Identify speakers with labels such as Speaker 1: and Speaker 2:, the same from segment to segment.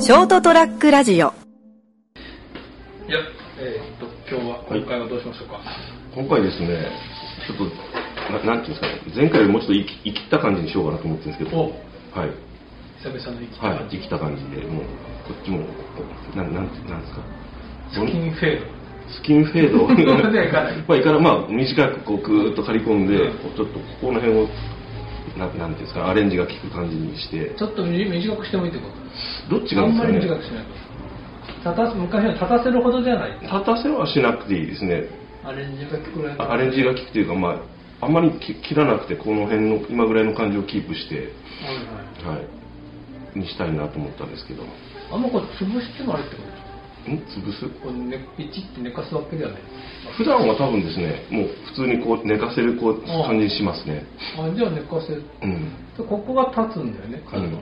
Speaker 1: ショートトラックラジオ
Speaker 2: いや、えーっと、今日は、今回はどうしましょうか。
Speaker 3: 今回ですね、ちょっと、ななんていうんですかね、前回よりもうちょっと生き生きった感じにしようかなと思ってるんですけど、
Speaker 2: お
Speaker 3: はい、
Speaker 2: 久々の生き
Speaker 3: はい、生きた感じで、もう、こっちも、ななんてなんですか、
Speaker 2: スキンフェード。
Speaker 3: スキン フェード
Speaker 2: まではいかない
Speaker 3: まあ、いから、まあ、短くこう、ぐーっと刈り込んで
Speaker 2: うん、
Speaker 3: こうちょっとここの辺を、ななんていうんですか、アレンジが効く感じにして、
Speaker 2: ちょっと短短くしてもいいってこ
Speaker 3: どっち
Speaker 2: と。あ
Speaker 3: が
Speaker 2: ん
Speaker 3: です
Speaker 2: ま
Speaker 3: か
Speaker 2: り
Speaker 3: ね、
Speaker 2: 短くしないこと。立たす昔は立たせるほどじゃない。
Speaker 3: 立たせはしなくていいですね、
Speaker 2: アレンジがくらい。
Speaker 3: あアレンジが効くというか、まあ、あんまりき切らなくて、この辺の、今ぐらいの感じをキープして、
Speaker 2: はいはい。
Speaker 3: はい、にしたいなと思ったんですけど、ん
Speaker 2: あんまこう潰してもあれってこと。
Speaker 3: 潰す
Speaker 2: こうね、ピチって寝かすわけではない。
Speaker 3: 普段は多分ですね、もう普通にこう寝かせるこう
Speaker 2: ああ
Speaker 3: 感じにしますね。
Speaker 2: あ、じゃあ寝かせる。
Speaker 3: うん。
Speaker 2: でここが立つんだよね、角
Speaker 3: うん
Speaker 2: こ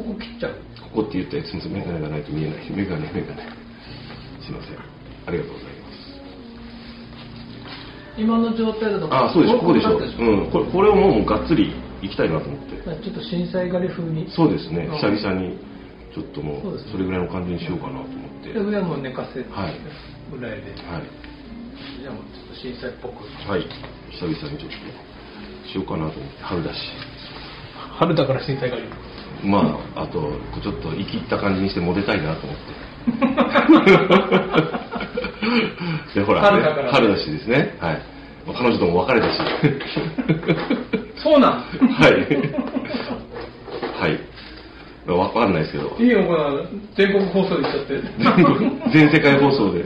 Speaker 2: こ切っちゃう。
Speaker 3: ここって言ったらすみません、メガネがないと見えない。メガネ、メガネ。すいません。ありがとうございます。
Speaker 2: 今の状態だと
Speaker 3: ああ、そうです、ここでしょ。
Speaker 2: こ立つ
Speaker 3: うん。これこれをもうがっつり行きたいなと思って。
Speaker 2: まあちょっと震災狩り風に。
Speaker 3: そうですね、
Speaker 2: うん
Speaker 3: 久々にちょっとも
Speaker 2: そう
Speaker 3: う
Speaker 2: ですね
Speaker 3: それぐらいの感じにしようかなと思って。
Speaker 2: で上はもう寝かせ
Speaker 3: はい
Speaker 2: ぐらいで、
Speaker 3: はい。
Speaker 2: じゃあもうちょっと震災っぽく
Speaker 3: はい。久々にちょっとしようかなと思って、春だし。
Speaker 2: 春だから震災がいい
Speaker 3: まあ、あと、ちょっと生きった感じにしてモテたいなと思っ て。で、ほら、
Speaker 2: 春だからね
Speaker 3: 春だしですね。はい。まあ彼女とも別れ たし。
Speaker 2: そうなんですよ
Speaker 3: はい。はい。わかんないですけど。
Speaker 2: いいよこの全国放送で言っちゃって
Speaker 3: 全世界放送で。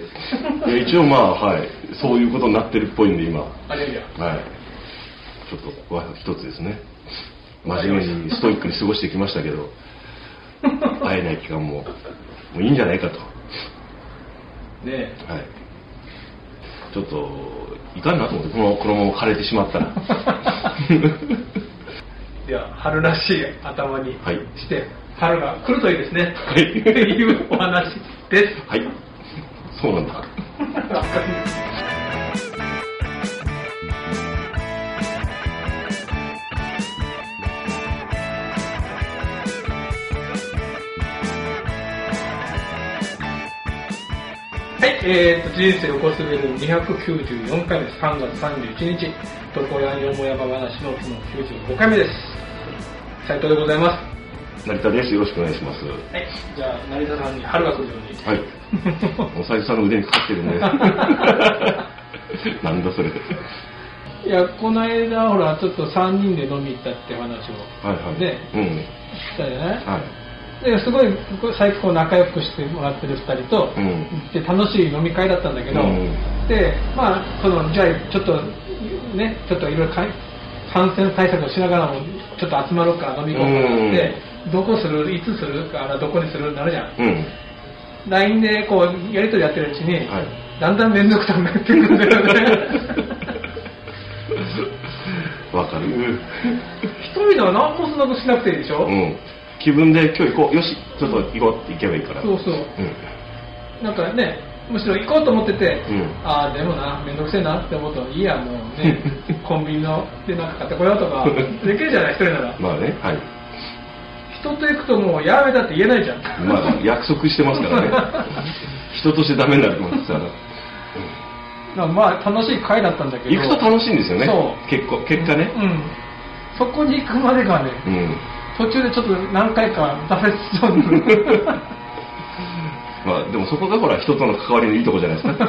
Speaker 3: いや一応まあ、はい。そういうことになってるっぽいんで、今。
Speaker 2: あれや
Speaker 3: はい。ちょっと、わ一つですね。真面目にストイックに過ごしてきましたけど、会えない期間も、もういいんじゃないかと。
Speaker 2: ね
Speaker 3: はい。ちょっと、いかんなと思って、このこのまま枯れてしま ったら。は
Speaker 2: では春らしい頭に
Speaker 3: はい
Speaker 2: して、春が来るといいですね
Speaker 3: い
Speaker 2: というお話です
Speaker 3: はい。そうなんだ。
Speaker 2: はい、えー、と人生をこすべる294回目です3月31日床屋よもやま話のその95回目です斉藤でございます
Speaker 3: 成田です。よろしくお願いします。
Speaker 2: はい、じゃあ成田さんに春が来るよう に。
Speaker 3: はい。お財布さんの腕にかかって るね。なんだそれ。
Speaker 2: いや、この間、ほら、ちょっと3人で飲み行ったって話を
Speaker 3: はいはい。
Speaker 2: ね
Speaker 3: うん。
Speaker 2: したじゃない、
Speaker 3: はい。
Speaker 2: ですごいこう最近こう仲良くしてもらってる2人と、
Speaker 3: うん
Speaker 2: で楽しい飲み会だったんだけど、
Speaker 3: うん
Speaker 2: で、まあ、このじゃあちょっとね、ちょっといろいろかい感染対策をしながらも、ちょっと集まろうか、飲み行こうかって、どこする、いつするから、どこにするなるじゃん。
Speaker 3: うん。
Speaker 2: LINE でこうやりとりやってるうちに、
Speaker 3: はい
Speaker 2: だんだん面倒くさくなってく るんだよね
Speaker 3: わかる。
Speaker 2: 一人では何もそんなことしなくていいでしょ、
Speaker 3: うん。気分で今日行こう。よし、ちょっと行こうって行けばいいから。
Speaker 2: そうそう
Speaker 3: う
Speaker 2: なんかねむしろ行こうと思ってて、
Speaker 3: うん
Speaker 2: ああでもな面倒くせえなって思うといいやもうね コンビニのでなんか買ってこようとかできるじゃない一人なら
Speaker 3: ん。まあね、はい。
Speaker 2: 人と行くともうやめたって言えないじゃん
Speaker 3: まあ、約束してますからね。人としてダメになると思ってたら。
Speaker 2: まあまあ楽しい会だったんだけど
Speaker 3: 行くと楽しいんですよね。
Speaker 2: そう
Speaker 3: 結構、結果ね
Speaker 2: う。んそこに行くまでがね、
Speaker 3: うん。
Speaker 2: 途中でちょっと何回か挫折しそうになる
Speaker 3: まあ、でもそこがほら、人との関わりのいいとこじゃないです か。う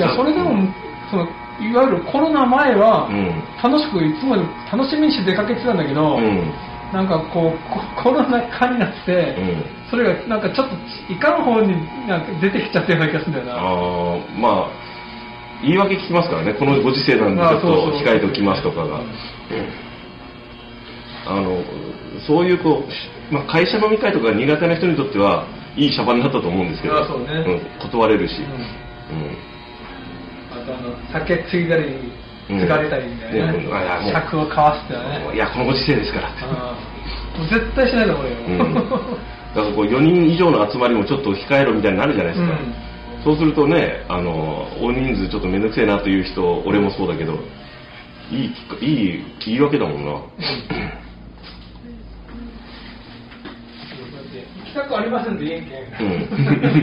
Speaker 2: いやそれでも、
Speaker 3: うん。
Speaker 2: そのいわゆるコロナ前は、
Speaker 3: うん
Speaker 2: 楽しくいつも楽しみにして出かけてたんだけど、
Speaker 3: うん。
Speaker 2: なんかこうココロナ禍になって、
Speaker 3: うん
Speaker 2: それがなんかちょっといかん方になんか出てきちゃったような気がするんだよな
Speaker 3: あーまあ、言い訳聞きますからね、このご時世なんで、
Speaker 2: まあ
Speaker 3: ちょっ
Speaker 2: そうそう
Speaker 3: と控えておきますとかが
Speaker 2: うん。
Speaker 3: あのそういうこう、しまあ、会社飲み会とかが苦手な人にとってはいいシャバになったと思うんですけど
Speaker 2: あそうね
Speaker 3: ん、断れる
Speaker 2: う
Speaker 3: し、うん
Speaker 2: あとあの酒ついだりつがれたりみたいなね、
Speaker 3: うんうんあいやもう
Speaker 2: 尺を交わすってのはね
Speaker 3: いやこのご時世ですからって、
Speaker 2: あーもう絶対しないと思うよ、
Speaker 3: う ん、だからこう4人以上の集まりもちょっと控えろみたいになるじゃないですか、
Speaker 2: うん
Speaker 3: そうするとねあの大人数ちょっと面倒くせえなという人俺もそうだけどいいきっかいい言い訳だもんな、
Speaker 2: だって企画ありませんでいいけ。
Speaker 3: うんんねだから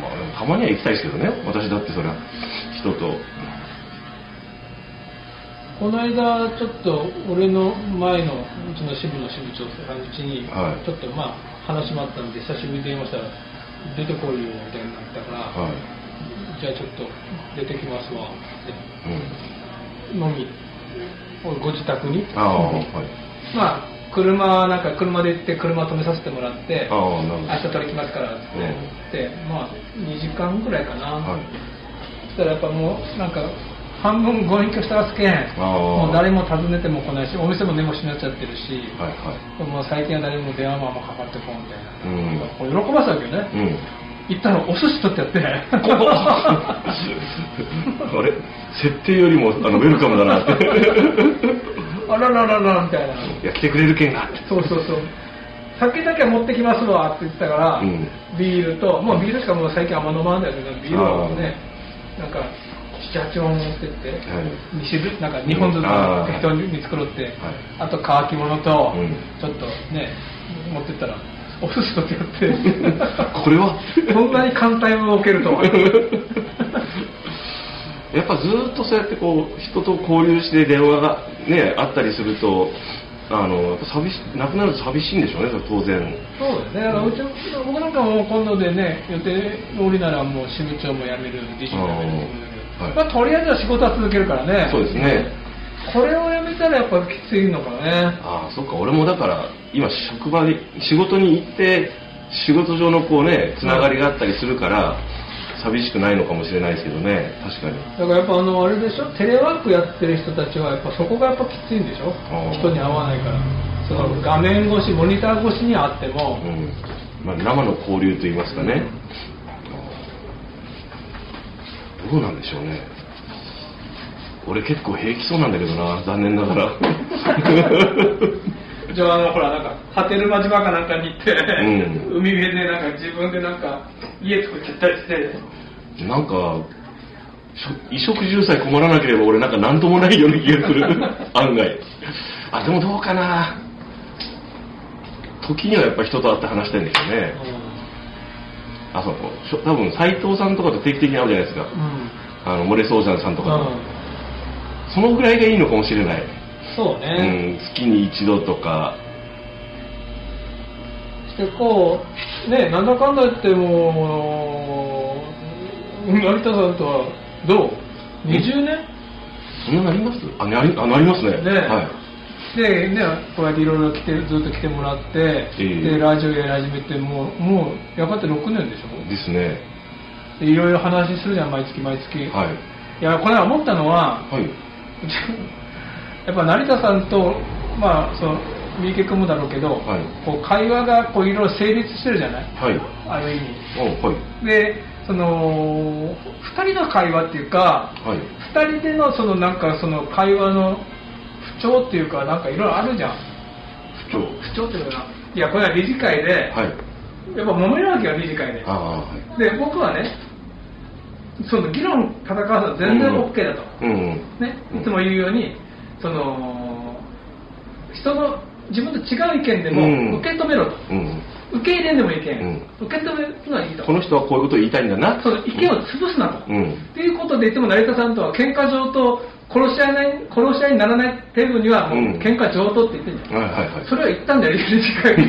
Speaker 3: まあ、まあ、でもたまには行きたいですけどね私だってそりゃ人と
Speaker 2: この間、ちょっと俺の前のうちの支部の支部長さんちに、
Speaker 3: はい
Speaker 2: ちょっとまあ話もあったんで、久しぶりに電話したら、出てこいよみたいになったから、
Speaker 3: はい、
Speaker 2: じゃあちょっと出てきますわって、
Speaker 3: うん、
Speaker 2: 飲み、ご自宅に、
Speaker 3: ああはい
Speaker 2: まあ、車、なんか車で行って、車止めさせてもらって、
Speaker 3: ああなるほ
Speaker 2: 明
Speaker 3: ど
Speaker 2: 日取り来ますからって言って、まあ、2時間ぐらいかな。
Speaker 3: はい
Speaker 2: そしたらやっぱもうなんか半分ご隠居してますけん
Speaker 3: あー
Speaker 2: もう誰も訪ねても来ないしお店も寝もしなっちゃってるし、
Speaker 3: はいは
Speaker 2: もう最近は誰も電話番もかかってこんみたいな、
Speaker 3: いうん
Speaker 2: これ喜ばすわけよね、
Speaker 3: うん
Speaker 2: 行ったらお寿司取ってやって
Speaker 3: あれ設定よりもあのウェルカムだなって
Speaker 2: あららららみたいない
Speaker 3: や来てくれるけんなって
Speaker 2: そうそうそう酒だけは持ってきますわって言ってたから、
Speaker 3: うん
Speaker 2: ビールともうビールしかもう最近あんま飲まんだよねビールはもうねなんか78本持ってって、
Speaker 3: はい
Speaker 2: 2種類なんか2本ずつ
Speaker 3: あー
Speaker 2: 適当に見繕って、
Speaker 3: はい
Speaker 2: あと乾き物と、
Speaker 3: うん
Speaker 2: ちょっとね持ってったらお寿司とってやっ
Speaker 3: これは
Speaker 2: てこんなに簡単に動ける とは
Speaker 3: やっぱずーっとそうやってこう人と交流して電話がねあったりするとあのやっぱ寂しなくなると寂しいんでしょうねそれ当然
Speaker 2: そうですねだからうち僕なんかも今度でね予定通りならもう支部長も辞める理事も辞める
Speaker 3: あーはい
Speaker 2: まあとりあえずは仕事は続けるからね
Speaker 3: そうですね
Speaker 2: これをやめたらやっぱきついのかね
Speaker 3: ああそっか俺もだから今職場に仕事に行って仕事上のこうねつながりがあったりするから寂しくないのかもしれないですけどね確かに
Speaker 2: だからやっぱあのあれでしょテレワークやってる人たちはやっぱそこがやっぱきついんでしょ
Speaker 3: あー
Speaker 2: 人に会わないからその画面越しモニター越しに会っても、
Speaker 3: うんまあ、生の交流といいますかね、どうなんでしょうね俺結構平気そうなんだけどな残念ながら
Speaker 2: じゃああのほらなんか波照間島かなんかに行って、
Speaker 3: う
Speaker 2: 海辺でなんか自分でなんか家作っちゃったりして
Speaker 3: なんかしょ衣食住さえ困らなければ俺なんか何ともないような気がする 案外あでもどうかな時にはやっぱ人と会って話したいんですよねあそうしょ多分斎藤さんとかと定期的に会うじゃないですか
Speaker 2: うん
Speaker 3: あの漏れそうじゃんさんとかと、
Speaker 2: うん
Speaker 3: そのぐらいがいいのかもしれない
Speaker 2: そう
Speaker 3: う
Speaker 2: ね、
Speaker 3: ん、月に一度とか、
Speaker 2: でこうねなんだかんだ言ってもう成田さんとはどう20年
Speaker 3: そんななりますあ、なりあなりますね。
Speaker 2: ね
Speaker 3: はい。
Speaker 2: でねこうやっていろいろ来てずっと来てもらって、
Speaker 3: え
Speaker 2: でラジオやり始めてもうもうやがて6年でしょ
Speaker 3: ですね。
Speaker 2: でいろいろ話するじゃん毎月毎月、
Speaker 3: はい。
Speaker 2: い、やこれは思ったのは
Speaker 3: はい。
Speaker 2: うちやっぱ成田さんとまあその三池君もだろうけど、
Speaker 3: はい
Speaker 2: こう会話がこういろいろ成立してるじゃない
Speaker 3: はい。
Speaker 2: ある意味
Speaker 3: おはい。
Speaker 2: でその2人の会話っていうか
Speaker 3: はい。
Speaker 2: 2人でのそのなんかその会話の不調っていうかなんかいろいろあるじゃん
Speaker 3: 不調。
Speaker 2: 不調っていうのかないやこれは理事会で、
Speaker 3: はい。
Speaker 2: やっぱ揉めるわけよ理事会で
Speaker 3: ああ、はい。
Speaker 2: で僕はねその議論戦わせたら全然 OK だと、
Speaker 3: うん。
Speaker 2: ね
Speaker 3: うん
Speaker 2: いつも言うようにその人の自分と違う意見で
Speaker 3: うん
Speaker 2: も受け止めろと、
Speaker 3: うん。
Speaker 2: 受け入れんでもいいけん、
Speaker 3: う
Speaker 2: 受け止めるのはいいと
Speaker 3: この人はこういうことを言いたいんだな。
Speaker 2: その意見を潰すなと、
Speaker 3: うん。
Speaker 2: っていうことで言っても成田さんとは喧嘩上等殺し合いない殺し合いにならない程度にはもう
Speaker 3: うん
Speaker 2: 喧嘩上等って言ってんじゃん、
Speaker 3: はいはいはい。
Speaker 2: それは言ったんだよ理事会で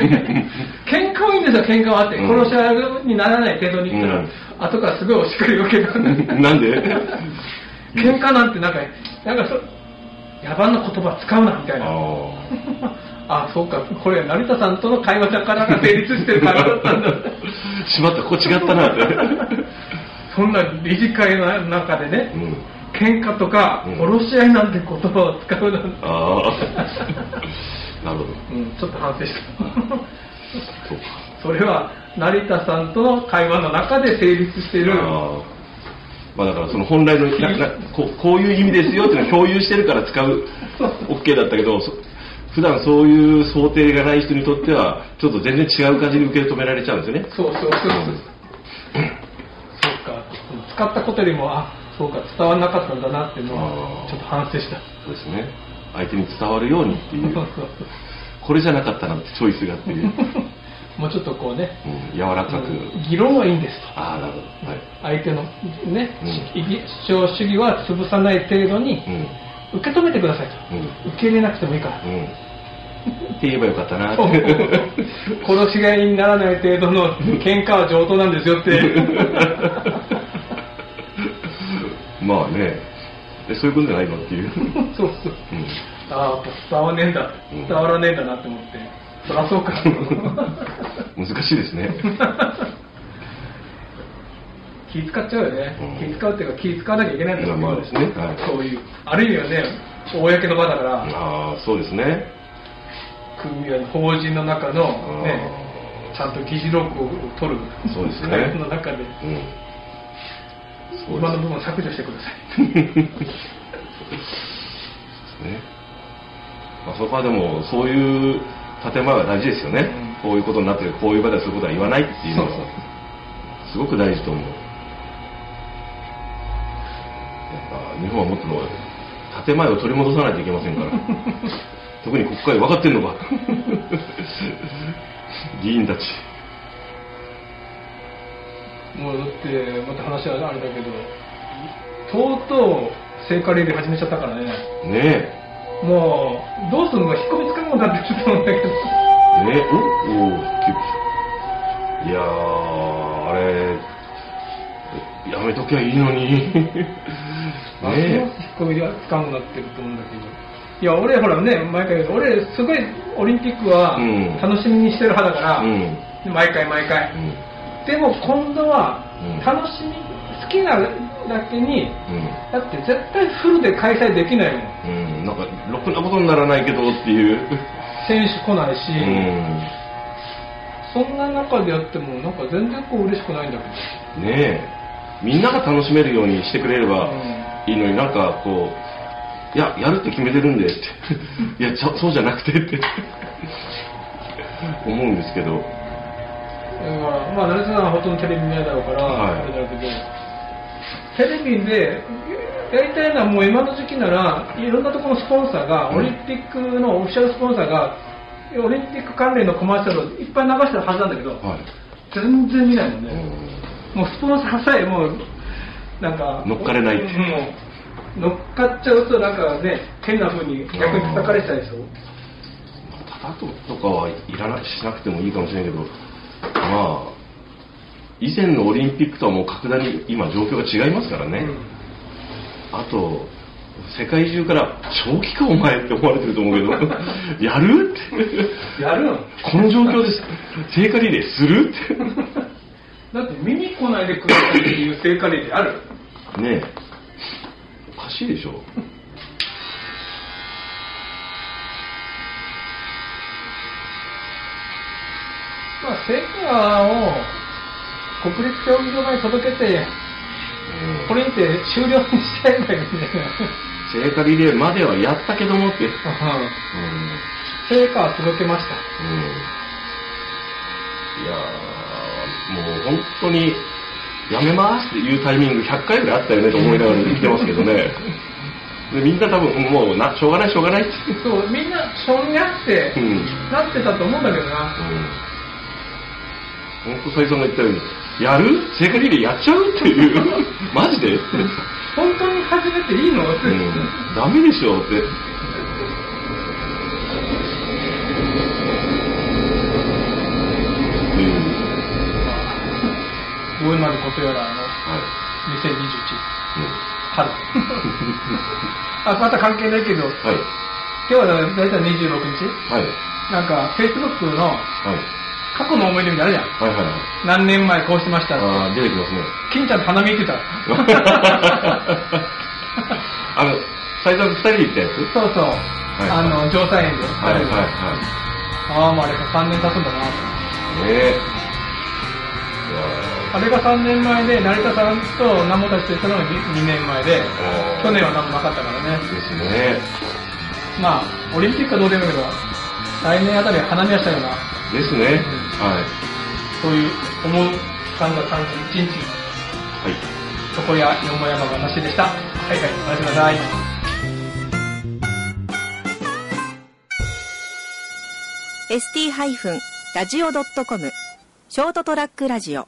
Speaker 2: 喧嘩はいいんですよ喧嘩はあって
Speaker 3: うん
Speaker 2: 殺し合いにならない程度に言ったら、
Speaker 3: うん
Speaker 2: 後からすごいお叱りを受けたんだ
Speaker 3: なんで
Speaker 2: 喧嘩なんてなんかなんかそ野蛮な言葉使うなみたい
Speaker 3: あ
Speaker 2: な
Speaker 3: あ。
Speaker 2: あそうかこれ成田さんとの会話だから成立してる会話だった んだ
Speaker 3: しまった、ここ違ったなって。
Speaker 2: そんな理事会の中でね、
Speaker 3: うん。
Speaker 2: 喧嘩とか、
Speaker 3: うん
Speaker 2: 殺し合いなんて言葉を使うなんて、
Speaker 3: ああ。なるほど。
Speaker 2: うん、ちょっと反省した。
Speaker 3: そうか。
Speaker 2: それは、成田さんとの会話の中で成立している。
Speaker 3: ああまあだからその本来のななこうこういう意味ですよっていうのを共有してるから使 う OK だったけどそ普段そういう想定がない人にとってはちょっと全然違う感じに受け止められちゃうんですよね
Speaker 2: そうそうそうそう。
Speaker 3: うん
Speaker 2: そうか、使ったことよりも、あ、そうか伝わらなかったんだなっていうのは
Speaker 3: あー
Speaker 2: ちょっと反省した
Speaker 3: そうですね相手に伝わるようにってい
Speaker 2: そう
Speaker 3: う
Speaker 2: そう
Speaker 3: これじゃなかったなってチョイスがって いう、
Speaker 2: そうもうちょっとこうね
Speaker 3: うん、柔らかく、
Speaker 2: 議論はいいんですと
Speaker 3: ああなるほどは
Speaker 2: 相
Speaker 3: い、
Speaker 2: 手のね、
Speaker 3: うん
Speaker 2: 主張主義は潰さない程度に
Speaker 3: う
Speaker 2: 受け止めてくださいと
Speaker 3: んうん
Speaker 2: 受け入れなくてもいいから
Speaker 3: うんって言えばよかったなって
Speaker 2: 殺しがいにならない程度の喧嘩は上等なんですよって
Speaker 3: まあねえそういうことじゃないのっていう、
Speaker 2: そうそう
Speaker 3: うん
Speaker 2: ああやっぱ伝わねえんだ
Speaker 3: うん
Speaker 2: 伝わらねえんだなって思って、そりゃそうか
Speaker 3: 難しいで すね
Speaker 2: 気使っちゃうよね、
Speaker 3: うん
Speaker 2: 気使うっていうか気使わなきゃいけないんだ
Speaker 3: まあですねはい
Speaker 2: そういうある意味はね公の場だから、
Speaker 3: ああそうですね
Speaker 2: 組合の法人の中のねちゃんと議事録を取る
Speaker 3: そうですね
Speaker 2: 会の中で
Speaker 3: あーうんそう
Speaker 2: 今の
Speaker 3: で
Speaker 2: 部分を削除してください
Speaker 3: すね、まあ、そこはでもそういう建前は大事ですよね、
Speaker 2: うん
Speaker 3: こういうことになってるこういう場ではそういうことは言わないっていうの
Speaker 2: そうそう
Speaker 3: はすごく大事と思うやっぱ日本はもっと建前を取り戻さないといけませんから 特に国会分かってんのか議員たち
Speaker 2: もうだってまた話はあれだけどとうとう聖火リレー始めちゃったからね
Speaker 3: ねえ
Speaker 2: もうどうするのか引っ込みつかんもんなってちょっと思うんだけど
Speaker 3: ねおおーキュッいやーあれやめときゃいいのに
Speaker 2: あれ
Speaker 3: ね
Speaker 2: 引っ込みがつかんもんなってると思うんだけどいや俺ほらね毎回言うけど俺すごいオリンピックは
Speaker 3: うん
Speaker 2: 楽しみにしてる派だから、
Speaker 3: うん
Speaker 2: 毎回毎回
Speaker 3: うん
Speaker 2: でも今度は
Speaker 3: うん
Speaker 2: 楽しみ、好きなだけに
Speaker 3: うん
Speaker 2: だって絶対フルで開催できないもん
Speaker 3: うん、なんかろくなことにならないけどっていう、
Speaker 2: 選手来ないし、
Speaker 3: うん、
Speaker 2: そんな中でやってもなんか全然こう嬉しくないんだけど
Speaker 3: ねえみんなが楽しめるようにしてくれればいいのになんかこういややるって決めてるんでって いやちゃそうじゃなくてって思うんですけど
Speaker 2: だからまあ成田さんはほとんどテレビ見ないだろうから、
Speaker 3: はい
Speaker 2: あれだけどテレビでやりたいのはもう今の時期ならいろんなところのスポンサーが、
Speaker 3: うん
Speaker 2: オリンピックのオフィシャルスポンサーがオリンピック関連のコマーシャルをいっぱい流してるはずなんだけど、
Speaker 3: はい、
Speaker 2: 全然見ないもん
Speaker 3: う
Speaker 2: ね、
Speaker 3: ん
Speaker 2: もうスポンサーさえもうなんか
Speaker 3: 乗っかれないって
Speaker 2: うん乗っかっちゃうとなんかね変な風に逆に叩かれちゃうでしょ
Speaker 3: 叩くとかはいらなしなくてもいいかもしれないけどまあ以前のオリンピックとはもう格段に今状況が違いますからね、
Speaker 2: うん
Speaker 3: あと世界中から正気かお前って思われてると思うけど やるって
Speaker 2: やるの
Speaker 3: この状況です聖火リレーするっ
Speaker 2: だって見に来ないでくれたっていう聖火リレーある
Speaker 3: てねえおかしいでしょ
Speaker 2: まあ、聖火を国立競技場まで届けて、
Speaker 3: うん
Speaker 2: これにて終了にしちゃえばいいんだよ。
Speaker 3: 聖火リレーまではやったけどもって、うんうん
Speaker 2: 聖火は届けました。
Speaker 3: いやーもう本当にやめますっていうタイミング100回ぐらいあったよねと思いながら言ってますけどねでみんな多分もうなしょうがないしょうがないって、
Speaker 2: そう、みんな、そんにゃって
Speaker 3: う、んうん、
Speaker 2: なってたと思うんだけどな。
Speaker 3: 本当斉さんが言ったようにやる聖火リレーやっちゃうっていう マジでって、
Speaker 2: 本当に始めていいのって。
Speaker 3: うん、ダメでしょってうん
Speaker 2: どうなることやら、あの、
Speaker 3: はい
Speaker 2: 2021
Speaker 3: うん
Speaker 2: 春。あ、また関係ないけど、
Speaker 3: はい。
Speaker 2: 今日はだいたい26日
Speaker 3: はい。
Speaker 2: なんか、Facebook の
Speaker 3: はい。
Speaker 2: 過去の思い出みたいなのある
Speaker 3: はいはいはい。
Speaker 2: じゃん。何年前こうしましたって。
Speaker 3: ああ、出てきますね。
Speaker 2: 金ちゃんと花見行ってた。
Speaker 3: あの、最初二人で行ったやつ
Speaker 2: そうそう。
Speaker 3: い
Speaker 2: あの、城西園で。
Speaker 3: はいはいは
Speaker 2: ああ、もうあれが3年経つんだな。
Speaker 3: い。ねえ。
Speaker 2: あれが3年前で、成田さんと南本たちと行ったのが 2, 年前で、
Speaker 3: あー
Speaker 2: 去年は何もなかったからね
Speaker 3: い。やですね。
Speaker 2: まあ、オリンピックはどうでもいいけど、来年あたりは花見はしたような、
Speaker 3: ですね。はい。
Speaker 2: そういう思う感が感じる一日
Speaker 3: はい。
Speaker 2: そこやよもやま話でした。はいはい、おやすみなさい。
Speaker 1: ST-radio.com ショートトラックラジオ